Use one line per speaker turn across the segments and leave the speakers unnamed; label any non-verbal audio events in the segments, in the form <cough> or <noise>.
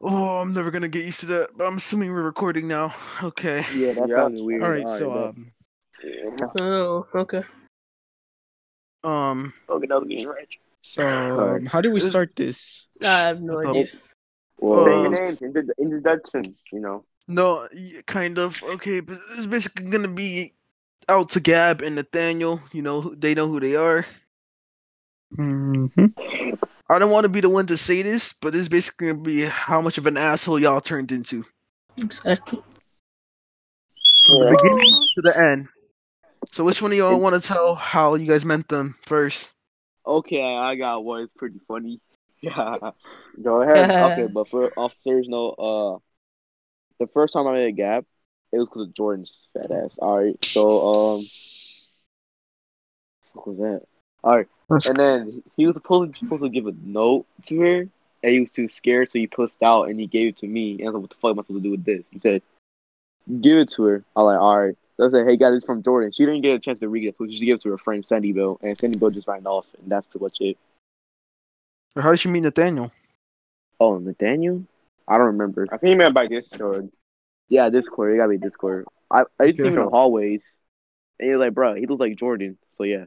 Oh, I'm never gonna get used to that. But I'm assuming we're recording now. Okay.
Yeah, that
Yeah.
sounded weird.
All right. So,
Alright,
um,
bro.
Oh, okay.
um,
Okie right.
So, um, how do we
This-
start this?
I have no
Um,
idea.
Well, say your
Um,
name, intro- introduction. You know.
no, y- kind of. Okay, but it's basically gonna be out to Gab and Nathaniel. You know, who- they know who they are.
hmm
I don't want to be the one to say this, but it's basically gonna be how much of an asshole y'all turned into
Exactly.
from the beginning to the end. So, which one of y'all want to tell how you guys met them first?
Okay, I got one. It's pretty funny. <laughs> Yeah.
Go ahead. <laughs>
okay, but for off serious note, uh, the first time I made a gap, it was because of Jordan's fat ass. All right, so um, what was that? All right,
That's-
and then he was supposed to, supposed to give a note to her, and he was too scared, so he pushed out and he gave it to me. And I was like, "What the fuck am I supposed to do with this?" He said, "Give it to her." I was like, "All right." So I said, "Hey guys, it's from Jordan." She didn't get a chance to read it, so she gave it to her friend Sandy Bill, and Sandy Bill just ran off, and that's pretty much it.
Or how did you meet Nathaniel?
Oh, Nathaniel? I don't remember.
I think you meant by this sword.
Yeah, Discord. It gotta be Discord. I I used to see him in the hallways, and he was like, bro, he looks like Jordan. So yeah,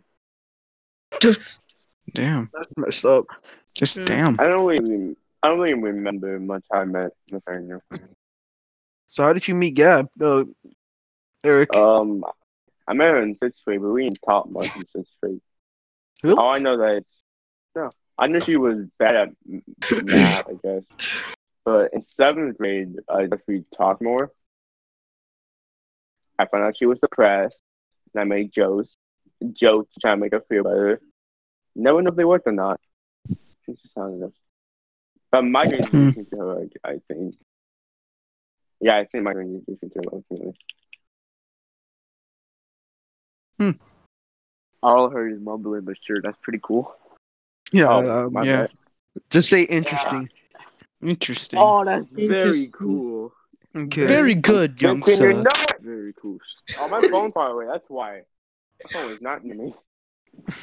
Damn.
That's messed up.
Just
Mm.
damn.
I don't really. I don't really remember much how I met Nathaniel.
So, how did you meet Gab? Uh, Eric.
Um, I met her in sixth grade, but we didn't talk much in sixth grade.
Really?
All I know that no, I knew she was bad at m- math, I guess. But in seventh grade, I guess we talked more. I found out she was depressed, and I made jokes, jokes to try to make her feel better. Never know if they worked or not. It's just not enough. But my introduction to her, I, I think. Yeah, I think my introduction to her ultimately.
all I heard is mumbling, but sure, that's pretty cool.
Yeah.
oh,
um,
my
yeah.
bad.
Just say interesting.
Interesting.
Oh, that's very
Interesting.
cool.
Okay.
Very good, young sir.
Very cool.
Oh, my phone's far away. That's why. My phone is not
<laughs>
near me.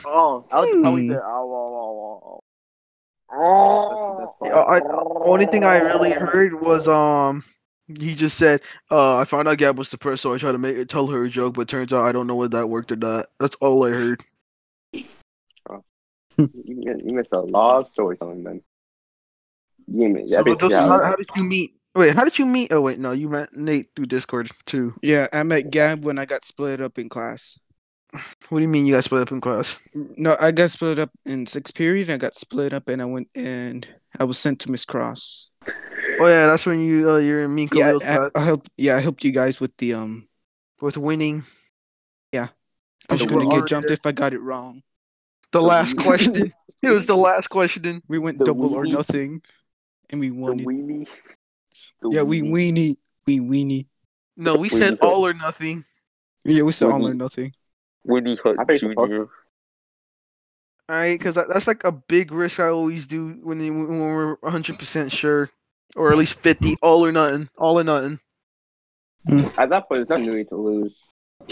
Oh,
I was probably
Hmm.
Mm.
there. Oh, oh,
oh,
oh, oh, oh.
Uh, I, only thing I really heard was um he just said uh I found out Gab was depressed, so I tried to make it tell her a joke, but turns out I don't know whether that worked or not. That's all I heard.
You, mi- you missed a lot of storytelling then. You missed.
So,
Yeah, bitch,
Joseph,
yeah.
how, how did you meet? Wait, how did you meet? Oh wait, no, you met Nate through Discord too.
Yeah, I met Gab when I got split up in class.
What do you mean you guys split up in class?
No, I got split up in sixth period. I got split up and I went and I was sent to Miss Cross.
Oh yeah, that's when you uh, you're in mean
Yeah,
Khalil's
I,
class
I helped. Yeah, I helped you guys with the um.
with winning
I was
So we're
gonna get
already
jumped
there.
if I got it wrong.
the last question. it was the last question.
We went
The
double or
weenie.
nothing, and we
the
won it.
weenie.
Yeah, we
win.
weenie, we weenie.
No, we said all or nothing.
Yeah, we said all or
Weenie.
nothing.
Winnie Hook
I think it's supposed
Junior.
All right, because that's like a big risk I always do when they- when we're 100 percent sure, or at least 50, all or nothing, all or nothing.
At that point, it's not really to lose.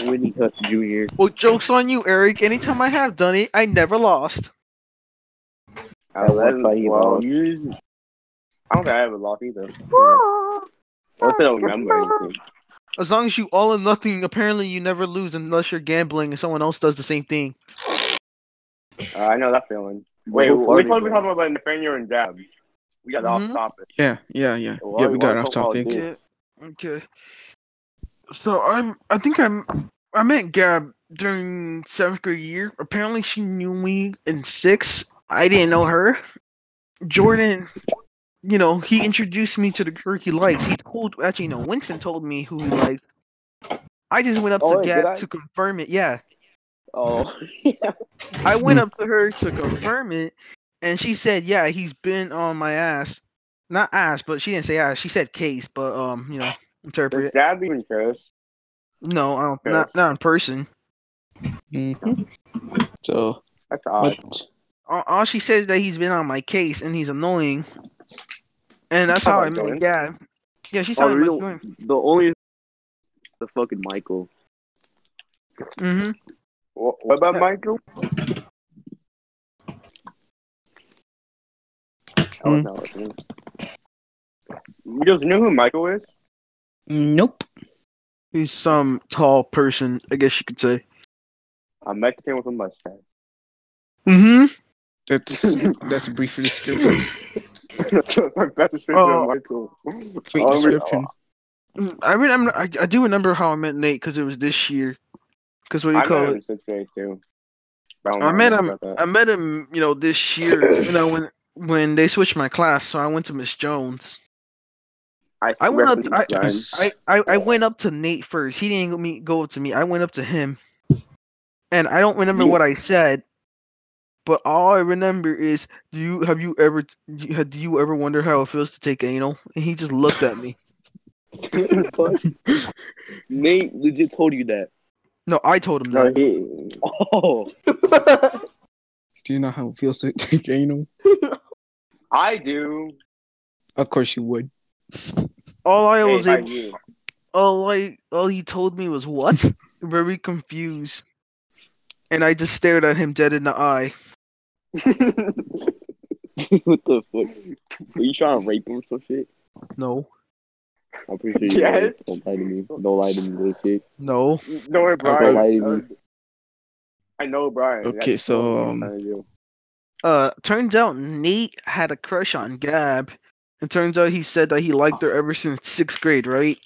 Winnie Hook Junior.
Well, jokes on you, Eric. Anytime I have done it, I never lost.
At
At what
11,
point you
12
lost?
years. I don't think I ever lost either. I don't remember anything.
As long as you all or nothing, apparently you never lose unless you're gambling and someone else does the same thing.
Uh, I know that feeling. Wait,
Who
which
farted,
one we
bro?
talking about? Nathaniel and Jab. We got
Mhm.
off topic.
Yeah, yeah, yeah.
Well,
yeah,
I- well,
we got off
I'll
topic.
do-
Okay. Okay. So I'm. I think I'm. I met Gab during seventh grade year. Apparently, she knew me in sixth. I didn't know her. Jordan, you know, he introduced me to the group he likes. He told actually no. Winston told me who he liked. I just went up
Oh,
to
wait, did I?
Gab to confirm it. Yeah,
<laughs>
Oh,
I went up to her to confirm it, and she said, "Yeah, he's been on my ass." Not ass, but she didn't say ass. She said case, but um, you know, interpret.
does
it.
Jab even care?
No, I don't,
Yeah.
not not in person.
Mhm. So,
That's odd.
but,
All, all she says is that he's been on my case and he's annoying, and that's
Oh
how
my
I met
God.
Gab. Yeah, she
Oh,
sounded
real-
like annoying.
the only the fucking Michael.
Mm-hmm.
What, what about Michael? Oh,
Hmm.
no, it's me. You just know who Michael is?
Nope.
He's some tall person, I guess you could say.
A Mexican with a mustache. <laughs>
Mm-hmm.
That's that's a brief description.
My best description
Oh.
of Michael.
Brief
Oh, we-
description.
I remember. I, I do remember how I met Nate because it was this year. Because what do you
I
call
met
it?
him in sixth grade too. But don't
I
know
met
much
him-
about that.
I met him, you know, this year. You know, when when they switched my class, so I went to Miss Jones.
I,
I went up.
referenced
I,
John.
I, I, I went up to Nate first. He didn't go me go up to me. I went up to him, and I don't remember
You-
what I said. But all I remember is, do you have you ever do you, have- do you ever wonder how it feels to take anal? And he just looked at me. <laughs>
<laughs>
Nate legit told you that. <laughs>
No, I told him
No,
that.
he,
Oh,
Do you know how it feels to <laughs> take anal?
I do.
Of course you would.
All I
Hey,
was
by
able,
you.
all I all he told me was what? Very confused, and I just stared at him dead in the eye.
<laughs> what the fuck? Are you trying to rape him or some shit?
No,
I'm pretty sure you
Yes.
are. Don't lie to me. Don't lie to me, little shit.
no.
Don't worry,
Don't lie to
Brian. Uh,
me.
I know Brian.
Okay,
That's
so,
what I'm
um,
trying to do.
Uh, turns out Nate had a crush on Gab. It turns out he said that he liked her ever since sixth grade, right?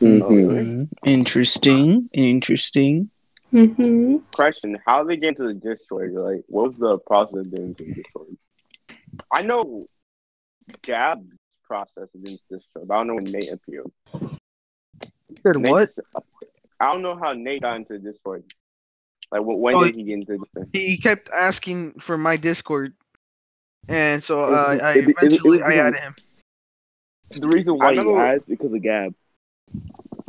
Mhm.
Mhm. Interesting. Interesting.
Mm-hmm.
question: How they get into the Discord? Like, what was the process of getting into the Discord? I know Gab's process of getting into the Discord. but I don't know when Nate appealed.
Said
Nate
what?
just- I don't know how Nate got into the Discord. Like, wh- when
Oh,
did he get into the Discord?
He kept asking for my Discord, and so
It-
uh,
it-
I
it- it-
eventually
it-
I added him. <laughs>
The reason why
I
you
remember-
asked because of Gab.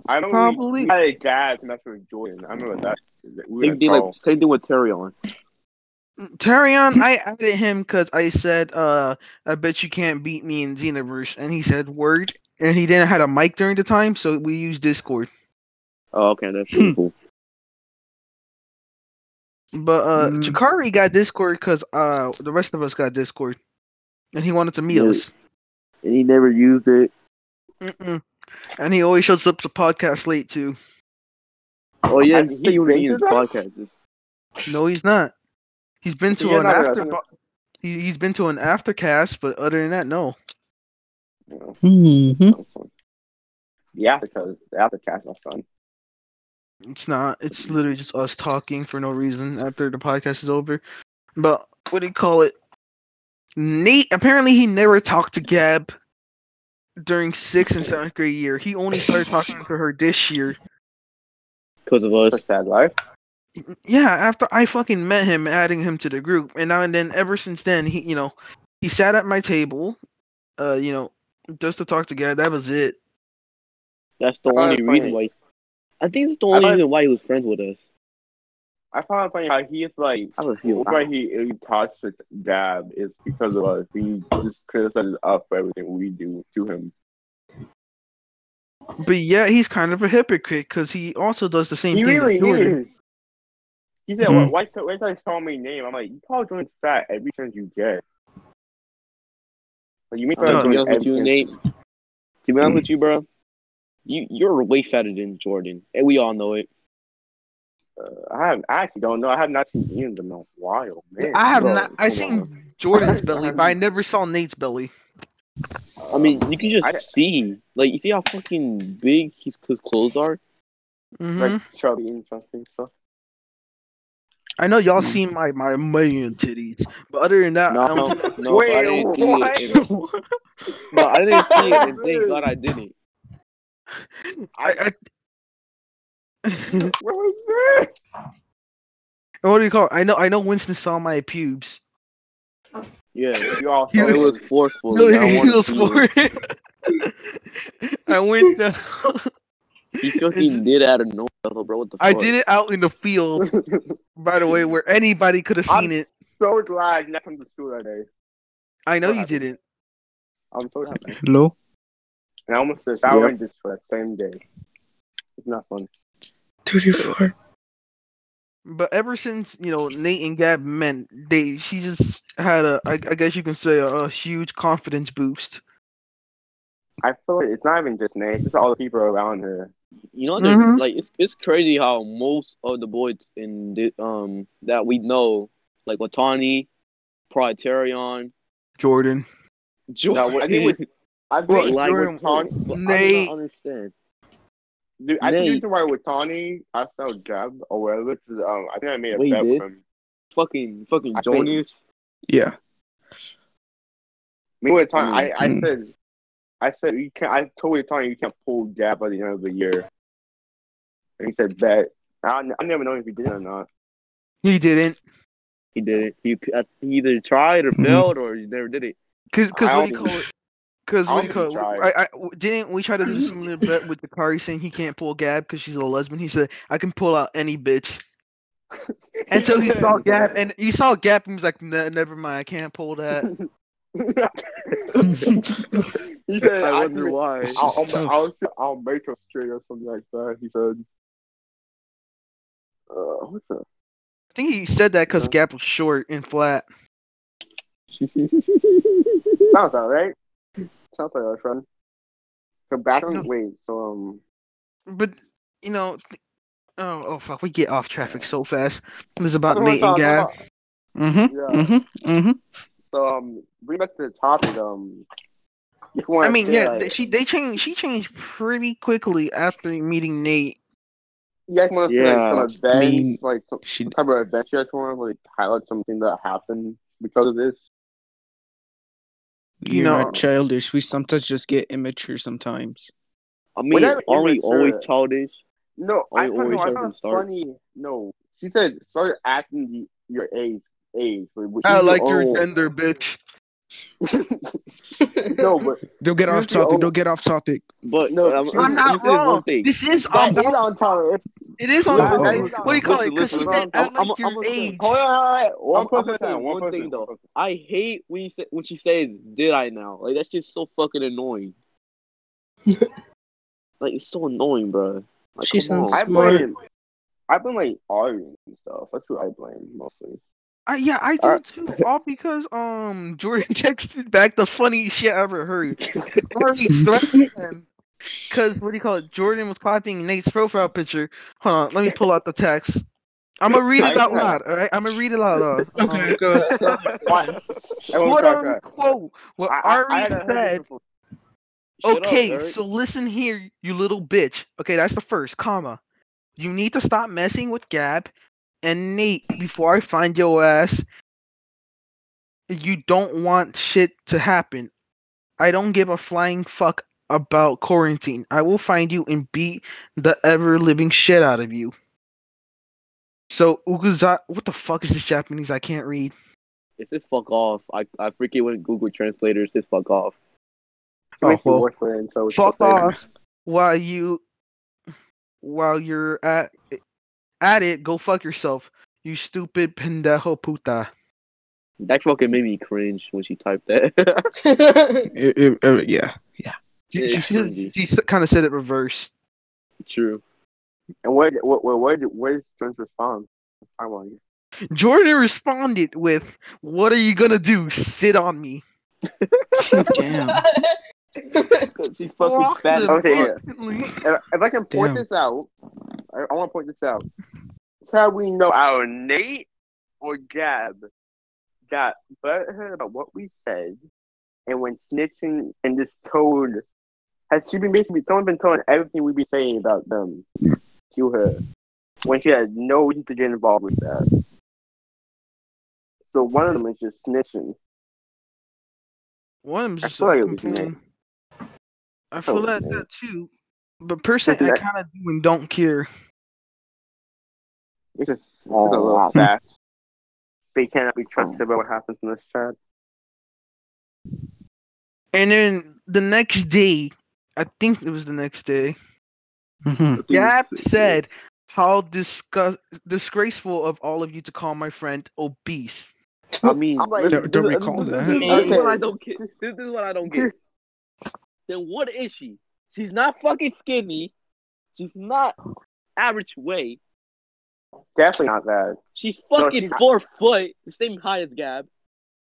I remember
Probably-
we had Gab and that's with Jordan. I remember that. We
Same
were
thing,
like,
like, same thing with Terry on.
Tarion, I added him because I said, uh, I bet you can't beat me in Xenoverse, and he said word, and he didn't have a mic during the time, so we used Discord.
Oh, okay, that's pretty <laughs> cool.
But uh,
Mm.
Chikari got Discord because uh, the rest of us got Discord, and he wanted to meet
Really?
us.
And he never used it.
Mm-mm. And he always shows up to podcast late too.
Oh yeah,
Have
he
you
said you were
been
in
to
his
that?
podcast. It's-
No, he's not. He's been to
You're
an
not
after.
gonna-
He, he's been to an aftercast, but other than that, no.
Mm-hmm.
the aftercast, the aftercast was fun.
It's not. It's literally just us talking for no reason after the podcast is over. But what do you call it? Nate apparently he never talked to Gab during sixth and seventh grade year. He only started talking to her this year.
Because of
It's a
us.
sad life.
Yeah, after I fucking met him, adding him to the group, and now and then, ever since then, he, you know, he sat at my table, uh, you know, just to talk to Gab. That was it.
That's the
I find
only
it
reason
funny.
why. He, I think it's the
I
only
find-
reason why he was friends with us.
I found it funny how he is like
I was feeling.
why he, he talks to Gab is because of us. He just criticizes us for everything we do to him.
But yeah, he's kind of a hypocrite because he also does the same
He
thing. to
really
Jordan.
is. He said, "Why
Hmm.
why, why, why call me name?" I'm like, "You call Jordan fat every chance you get." Like, you make fun
Uh,
of
to be
Jordan
honest with
every
you,
chance-
Nate. To be honest with you, bro, you you're way fatter than Jordan, and we all know it.
I have, I actually don't know. I have not seen Ian in a while, man.
I have
Bro,
not. I
come
seen
on. <laughs>
Jordan's belly, but I never saw Nate's belly.
I mean, you can just
I-
see, like, you see how fucking big his, his clothes are.
Mhm.
like chubby and something stuff.
I know y'all seen my my million titties, but other than that, I
mm. No,
don't-
no,
Wait,
I didn't see
what?
it. in-
<laughs>
no, I didn't see it, and thank God I didn't.
I, I, <laughs>
What was that?
what do you call? It? I know I know Winston saw my pubes.
Yeah,
You all
He
no,
thought
it was forceful.
No,
and I
he
wanted
was
to see it.
for <laughs> I went. down-
He fucking did out of nowhere, I was like, bro. What the fuck?
I did it out in the field,
<laughs>
by the way, where anybody could have
I'm-
seen it.
so glad not come to school that day.
I know
what
you
happened?
didn't.
I'm so happy.
Hello.
And I almost did shower
Yep.
and just for that same day. It's not fun.
34.
But ever since you know Nate and Gab met, they she just had a I, I guess you can say a, a huge confidence boost.
I feel like it's not even just Nate. It's all the people around her.
You know, there's
Mhm.
like it's it's crazy how most of the boys in the, um that we know, like Otani, Proletarian,
Jordan.
Jordan.
I think we- I think
Well,
it's
like
Jordan
with Tawny,
was-
but I
Nate.
do not understand.
Dude, I think
Nate.
you can ride with Tawny, I saw Jeb, or whatever. 'cause, Um, I think I made a
Wait,
bet
did?
with him.
Fucking fucking
I think-
Jonas.
Yeah.
Me with Tawny, I, I
Mm.
said, I said you can. not I told you Tawny you can't pull Jeb by the end of the year. And he said bet. I, I never know if he did or not.
He didn't.
He did it. He, I- he either tried or
Mhm.
failed or he never did it.
Cause, cause
I
what do you
don't-
call it? Cause
I
what do you
don't
call
think
it? I, I, didn't we try to do similar bet with Dakari saying he can't pull Gab because she's a lesbian. He said I can pull out any bitch. And so he
<laughs>
<laughs>
saw Gab, and he saw Gab, and he was like, "Ne- "Never mind, I can't pull that."
Mm-hmm.
he said,
I
I
wonder why.
It's
I'll,
just
I'll,
tough.
I'll, I'll make her straight or something like that. He said, uh, what's that? <laughs>
I think he said that because Gab was short and flat.
Sounds all right. Sounds like our friend. So back on
No.
wait. So um,
But you know, th- oh oh fuck, we get off traffic so fast. It was about
that's
Nate
what
and
we're
Gab.
talking
Mm-hmm.
about. Yeah.
Mm-hmm. Mm-hmm.
So um, bring back to the topic. Um, you
I
wanna
mean,
say,
yeah,
like-
th- she they changed. She changed pretty quickly after meeting Nate.
you guys want to
Yeah.
like some events,
mean-
like some
She
type of event you guys want to like highlight something that happened because of this.
You
you're
know-
not childish. We sometimes just get immature sometimes.
I
Well,
mean,
that
aren't we
immature.
always childish?
No,
Are
I
you
don't
always
know. I
having
found it
start?
funny. No, she said start acting the, your age. Age. Which
I
is
like your
Oh.
old.
gender, bitch.
<laughs> no,
<laughs>
but
Don't get off
Usually
topic.
all-
Don't get off topic.
But
No,
I'm,
I'm
I'm,
I'm not
gonna say this
wrong.
One thing.
This is
that
on.
is on topic.
It is on.
Nah,
what
that
do
is on-
you call it? Because
listen,
she
listen,
said, "I
I'm- I'm-
like
I'm
your
gonna say-
age."
Hold on, hold on. One
I'm- I'm
person
gonna say
down, one
one
person,
thing, though.
one person.
I hate when you say when she says, "Did I now?" Like that's just so fucking annoying.
<laughs>
like it's so annoying, bro. Like,
She
come on.
sounds-
I
Smart.
blame. I blame like Aryan and stuff. That's who I blame mostly.
I, yeah, I do
Alright.
too. All because um Jordan <laughs> texted back the funniest shit I ever heard. Harvey threatened him because what do you call it? Jordan was copying Nate's profile picture. Hold on, let me pull out the text. I'm gonna read it out loud. All right, I'm gonna read it out loud. Um,
go ahead.
Why? <laughs> Everyone
what
crack
a
up.
quote. What
I, I, I
Ari
haven't heard this
said.
before.
Shut up,
Okay,
Eric.
so listen here, you little bitch. Okay, that's the first comma. You need to stop messing with Gab and Nate before I find your ass. You don't want shit to happen. I don't give a flying fuck about quarantine. I will find you and beat the ever living shit out of you. So Uguza, what the fuck is this Japanese? I can't read.
it's just fuck off. I I freaking went Google Translator. It's just fuck off.
It makes
Oh,
me
well.
worse than so. it's
fuck
okay.
off while you while you're at at it go fuck yourself you stupid pendejo puta
That fucking made me cringe when she typed that. <laughs>
It- it- uh, yeah.
she,
It's
she,
cringy.
kind of said it reverse
True.
And what? What? What? What? What is Trent's response? I want you.
jordan responded with what are you gonna do sit on me
Damn.
She fucking
Blocked
fat.
him
as
Okay,
fuck.
yeah.
instantly.
If, if I can point
Damn.
this out, I, I want to point this out. It's how we know our Nate or Gab got butthurt about what we said, and when snitching and this told has she been basically someone been telling everything we be saying about them to her when she had no reason to get involved with that. So one of them is just snitching.
one of them's just
feel like it was
complaining.
Nate.
i
feel
feel
it was
that,
Nate.
that too but personally i
Wasn't
kind of do and don't care
It's just, it's just a little fact. They cannot be trusted about what happens in this chat.
and then the next day i think it was the next day
Mhm.
Gab said, "How disgust- disgraceful of all of you to call my friend obese."
I mean,
I'm like-
listen,
Don't- don't
this-
recall
this-
that.
This, this is
Okay.
what I don't get. This, this is what I don't get. then what is she? She's not fucking skinny. She's not average weight.
<laughs> Definitely not that.
She's
No,
fucking
she's not.
four foot, the same height as Gab,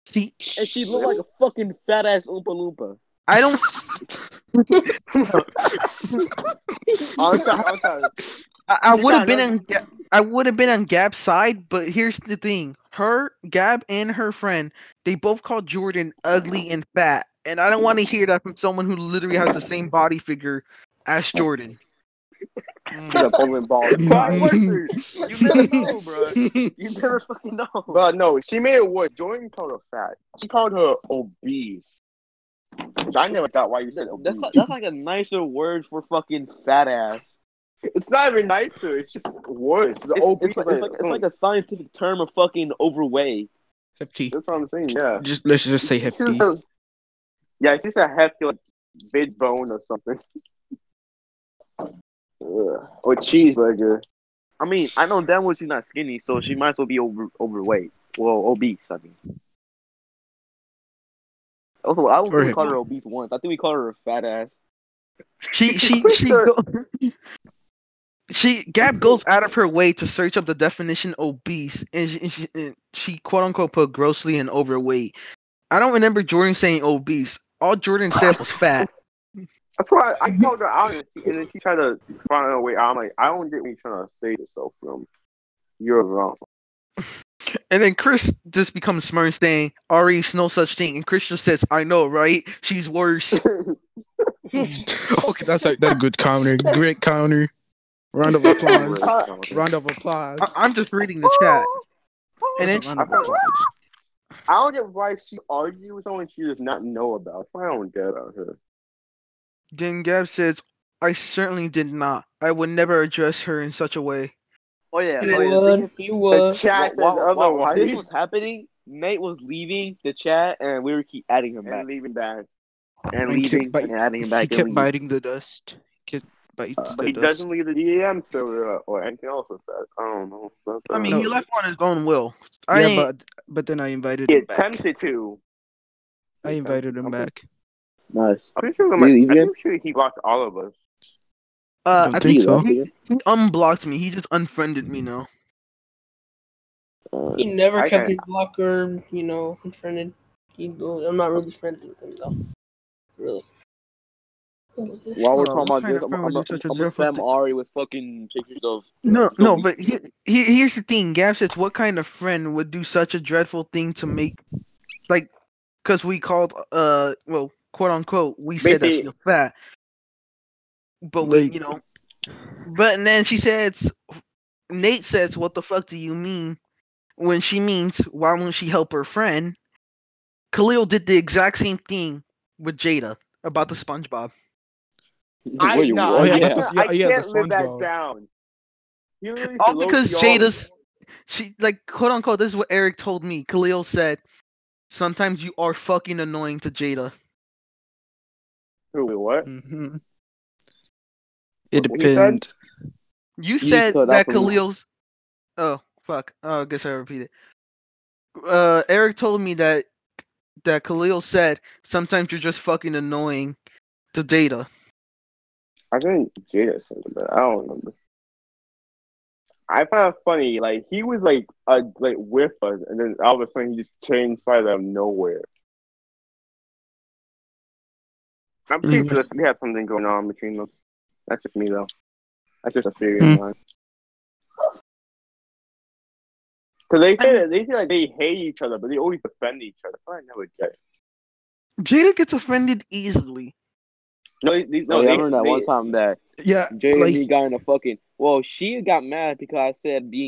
See,
and she looked like a fucking fat ass Oompa Loompa.
I don't.
I'm sorry. I'm sorry.
I, I would have
Yeah,
been
no.
on Ga- I would have been on Gab's side, but here's the thing: her, Gab, and her friend, they both called Jordan ugly and fat, and I don't want to hear that from someone who literally has the same body figure as Jordan.
Mm.
He's a bowling ball.
<laughs>
Mm.
Why was it? You never
<laughs>
know, bro. <laughs>
You never fucking know.
But no, she made it worse. Jordan called her fat. She called her obese. Which I never got why you said obese.
That's not, that's like a nicer word for fucking fat ass.
it's not even nicer. It's just worse. It's,
It's,
obese.
it's like, it's, like, it's like a scientific term of fucking overweight.
hefty.
mm, That's what I'm saying. Yeah.
Just let's
<laughs>
just say hefty.
She's a- yeah, she's a hefty like big bone or something. <laughs> Ugh. or cheeseburger.
I mean, I know damn well she's not skinny, so she might as well be over overweight. Well, obese, I mean. Also, I
Or
would call her obese once. I think we called her a fat ass.
She she she
Sure.
go- she Gab goes out of her way to search up the definition obese, and she, and she, and she quote unquote put grossly and overweight. I don't remember Jordan saying obese. All Jordan said was fat.
That's why I, I called her out, and, she, and then she tried to find a way out. I'm like, I don't get what you're trying to save yourself from. You're wrong. <laughs>
And then Chris just becomes smart saying, Ari's no such thing. And Chris just says, I know, right? She's worse.
okay, that's like that's
<laughs>
good counter. Great counter. Round of applause. Round of applause.
I- I'm just reading the chat. And then
That's a
she-
round of applause.
I don't get why she argued with someone she does not know about. That's why I don't get about her.
then Gab says, I certainly did not. I would never address her in such a way.
Oh yeah,
You
oh, yeah. The thing is,
would. You
The
would.
chat says
while, while, while, while this was
otherwise.
happening, Nate was leaving the chat, and we were keep adding him back
And leaving that.
and
I keep
leaving
bite-
and adding him
He
back. and
kept
leaving.
biting the dust. Kept bites
But
the
Uh, he
dust.
doesn't leave the DM server or anything else with that. I don't know. That's,
I mean,
No.
he left on his own will. I
Yeah,
ain't-
but but then I invited
he
him back.
attempted to.
I invited him back.
Nice.
I'm pretty sure, I'm
You
like,
leave
I'm
yet?
pretty sure he blocked all of us.
Uh,
Don't
I
think
think
so.
he, he unblocked me. He just unfriended me now.
Uh,
He never
I-
kept
I-
his blocker, you know, unfriended. He, I'm not really friends with him, though. Really.
While we're
Oh,
talking
what
about
kind
this,
of
I'm,
friend
I'm,
was
I'm,
you? Such a
gonna
dreadful
spam
thing.
Ari with fucking pictures of.
No,
of
no,
me.
but he, he, here's the thing. Gab says, "What kind of friend would do such a dreadful thing to make, like, because we called, uh, well, quote unquote, we said that
Maybe-
she was fat, but we,
Like-
you know, but and then she says, Nate says, "What the fuck do you mean?" When she means, why won't she help her friend? Khalil did the exact same thing with Jada about the SpongeBob.
<laughs> Wait,
know.
what?
Oh, yeah,
I
but
yeah.
that's-
can't-
yeah, yeah,
I
that's
can't live
SpongeBob.
that down. He literally
All
said,
because
"Loki, all-
Jada's she like quote unquote this is what Eric told me. Khalil said sometimes you are fucking annoying to Jada.
Wait, what?
hmm It
What he said?
depends.
You
You
said
cut
that
off a lot.
Khalil's Oh fuck. Oh I guess I repeat it. Uh Eric told me that that Khalil said sometimes you're just fucking annoying to Jada.
I think Jada said that. I don't remember. I found it funny. Like he was like uh, like with us, and then all of a sudden he just changed sides out of nowhere. I'm pretty
Mm-hmm.
Mhm.
sure we had something going on between them. That's just me though. That's just a theory
Mm.
Hmm.
of mine. Cause they say that they say like they hate each other, but they always defend each other. I never get. it.
Jada gets offended easily.
No, they, they- no,
Oh, yeah,
they,
I remember that
they-
one time that
Yeah,
Jay and me
like
got in a fucking. Well, she got mad because I said being